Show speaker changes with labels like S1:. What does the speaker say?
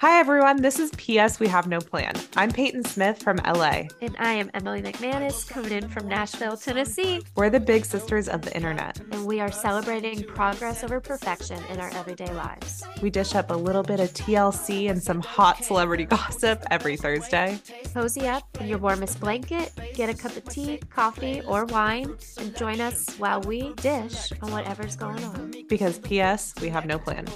S1: Hi, everyone. This is P.S. We Have No Plan. I'm Peyton Smith from LA.
S2: And I am Emily McManus, coming in from Nashville, Tennessee.
S1: We're the big sisters of the internet.
S2: And we are celebrating progress over perfection in our everyday lives.
S1: We dish up a little bit of TLC and some hot celebrity gossip every Thursday.
S2: Cozy up in your warmest blanket, get a cup of tea, coffee, or wine, and join us while we dish on whatever's going on.
S1: Because P.S. We Have No Plan.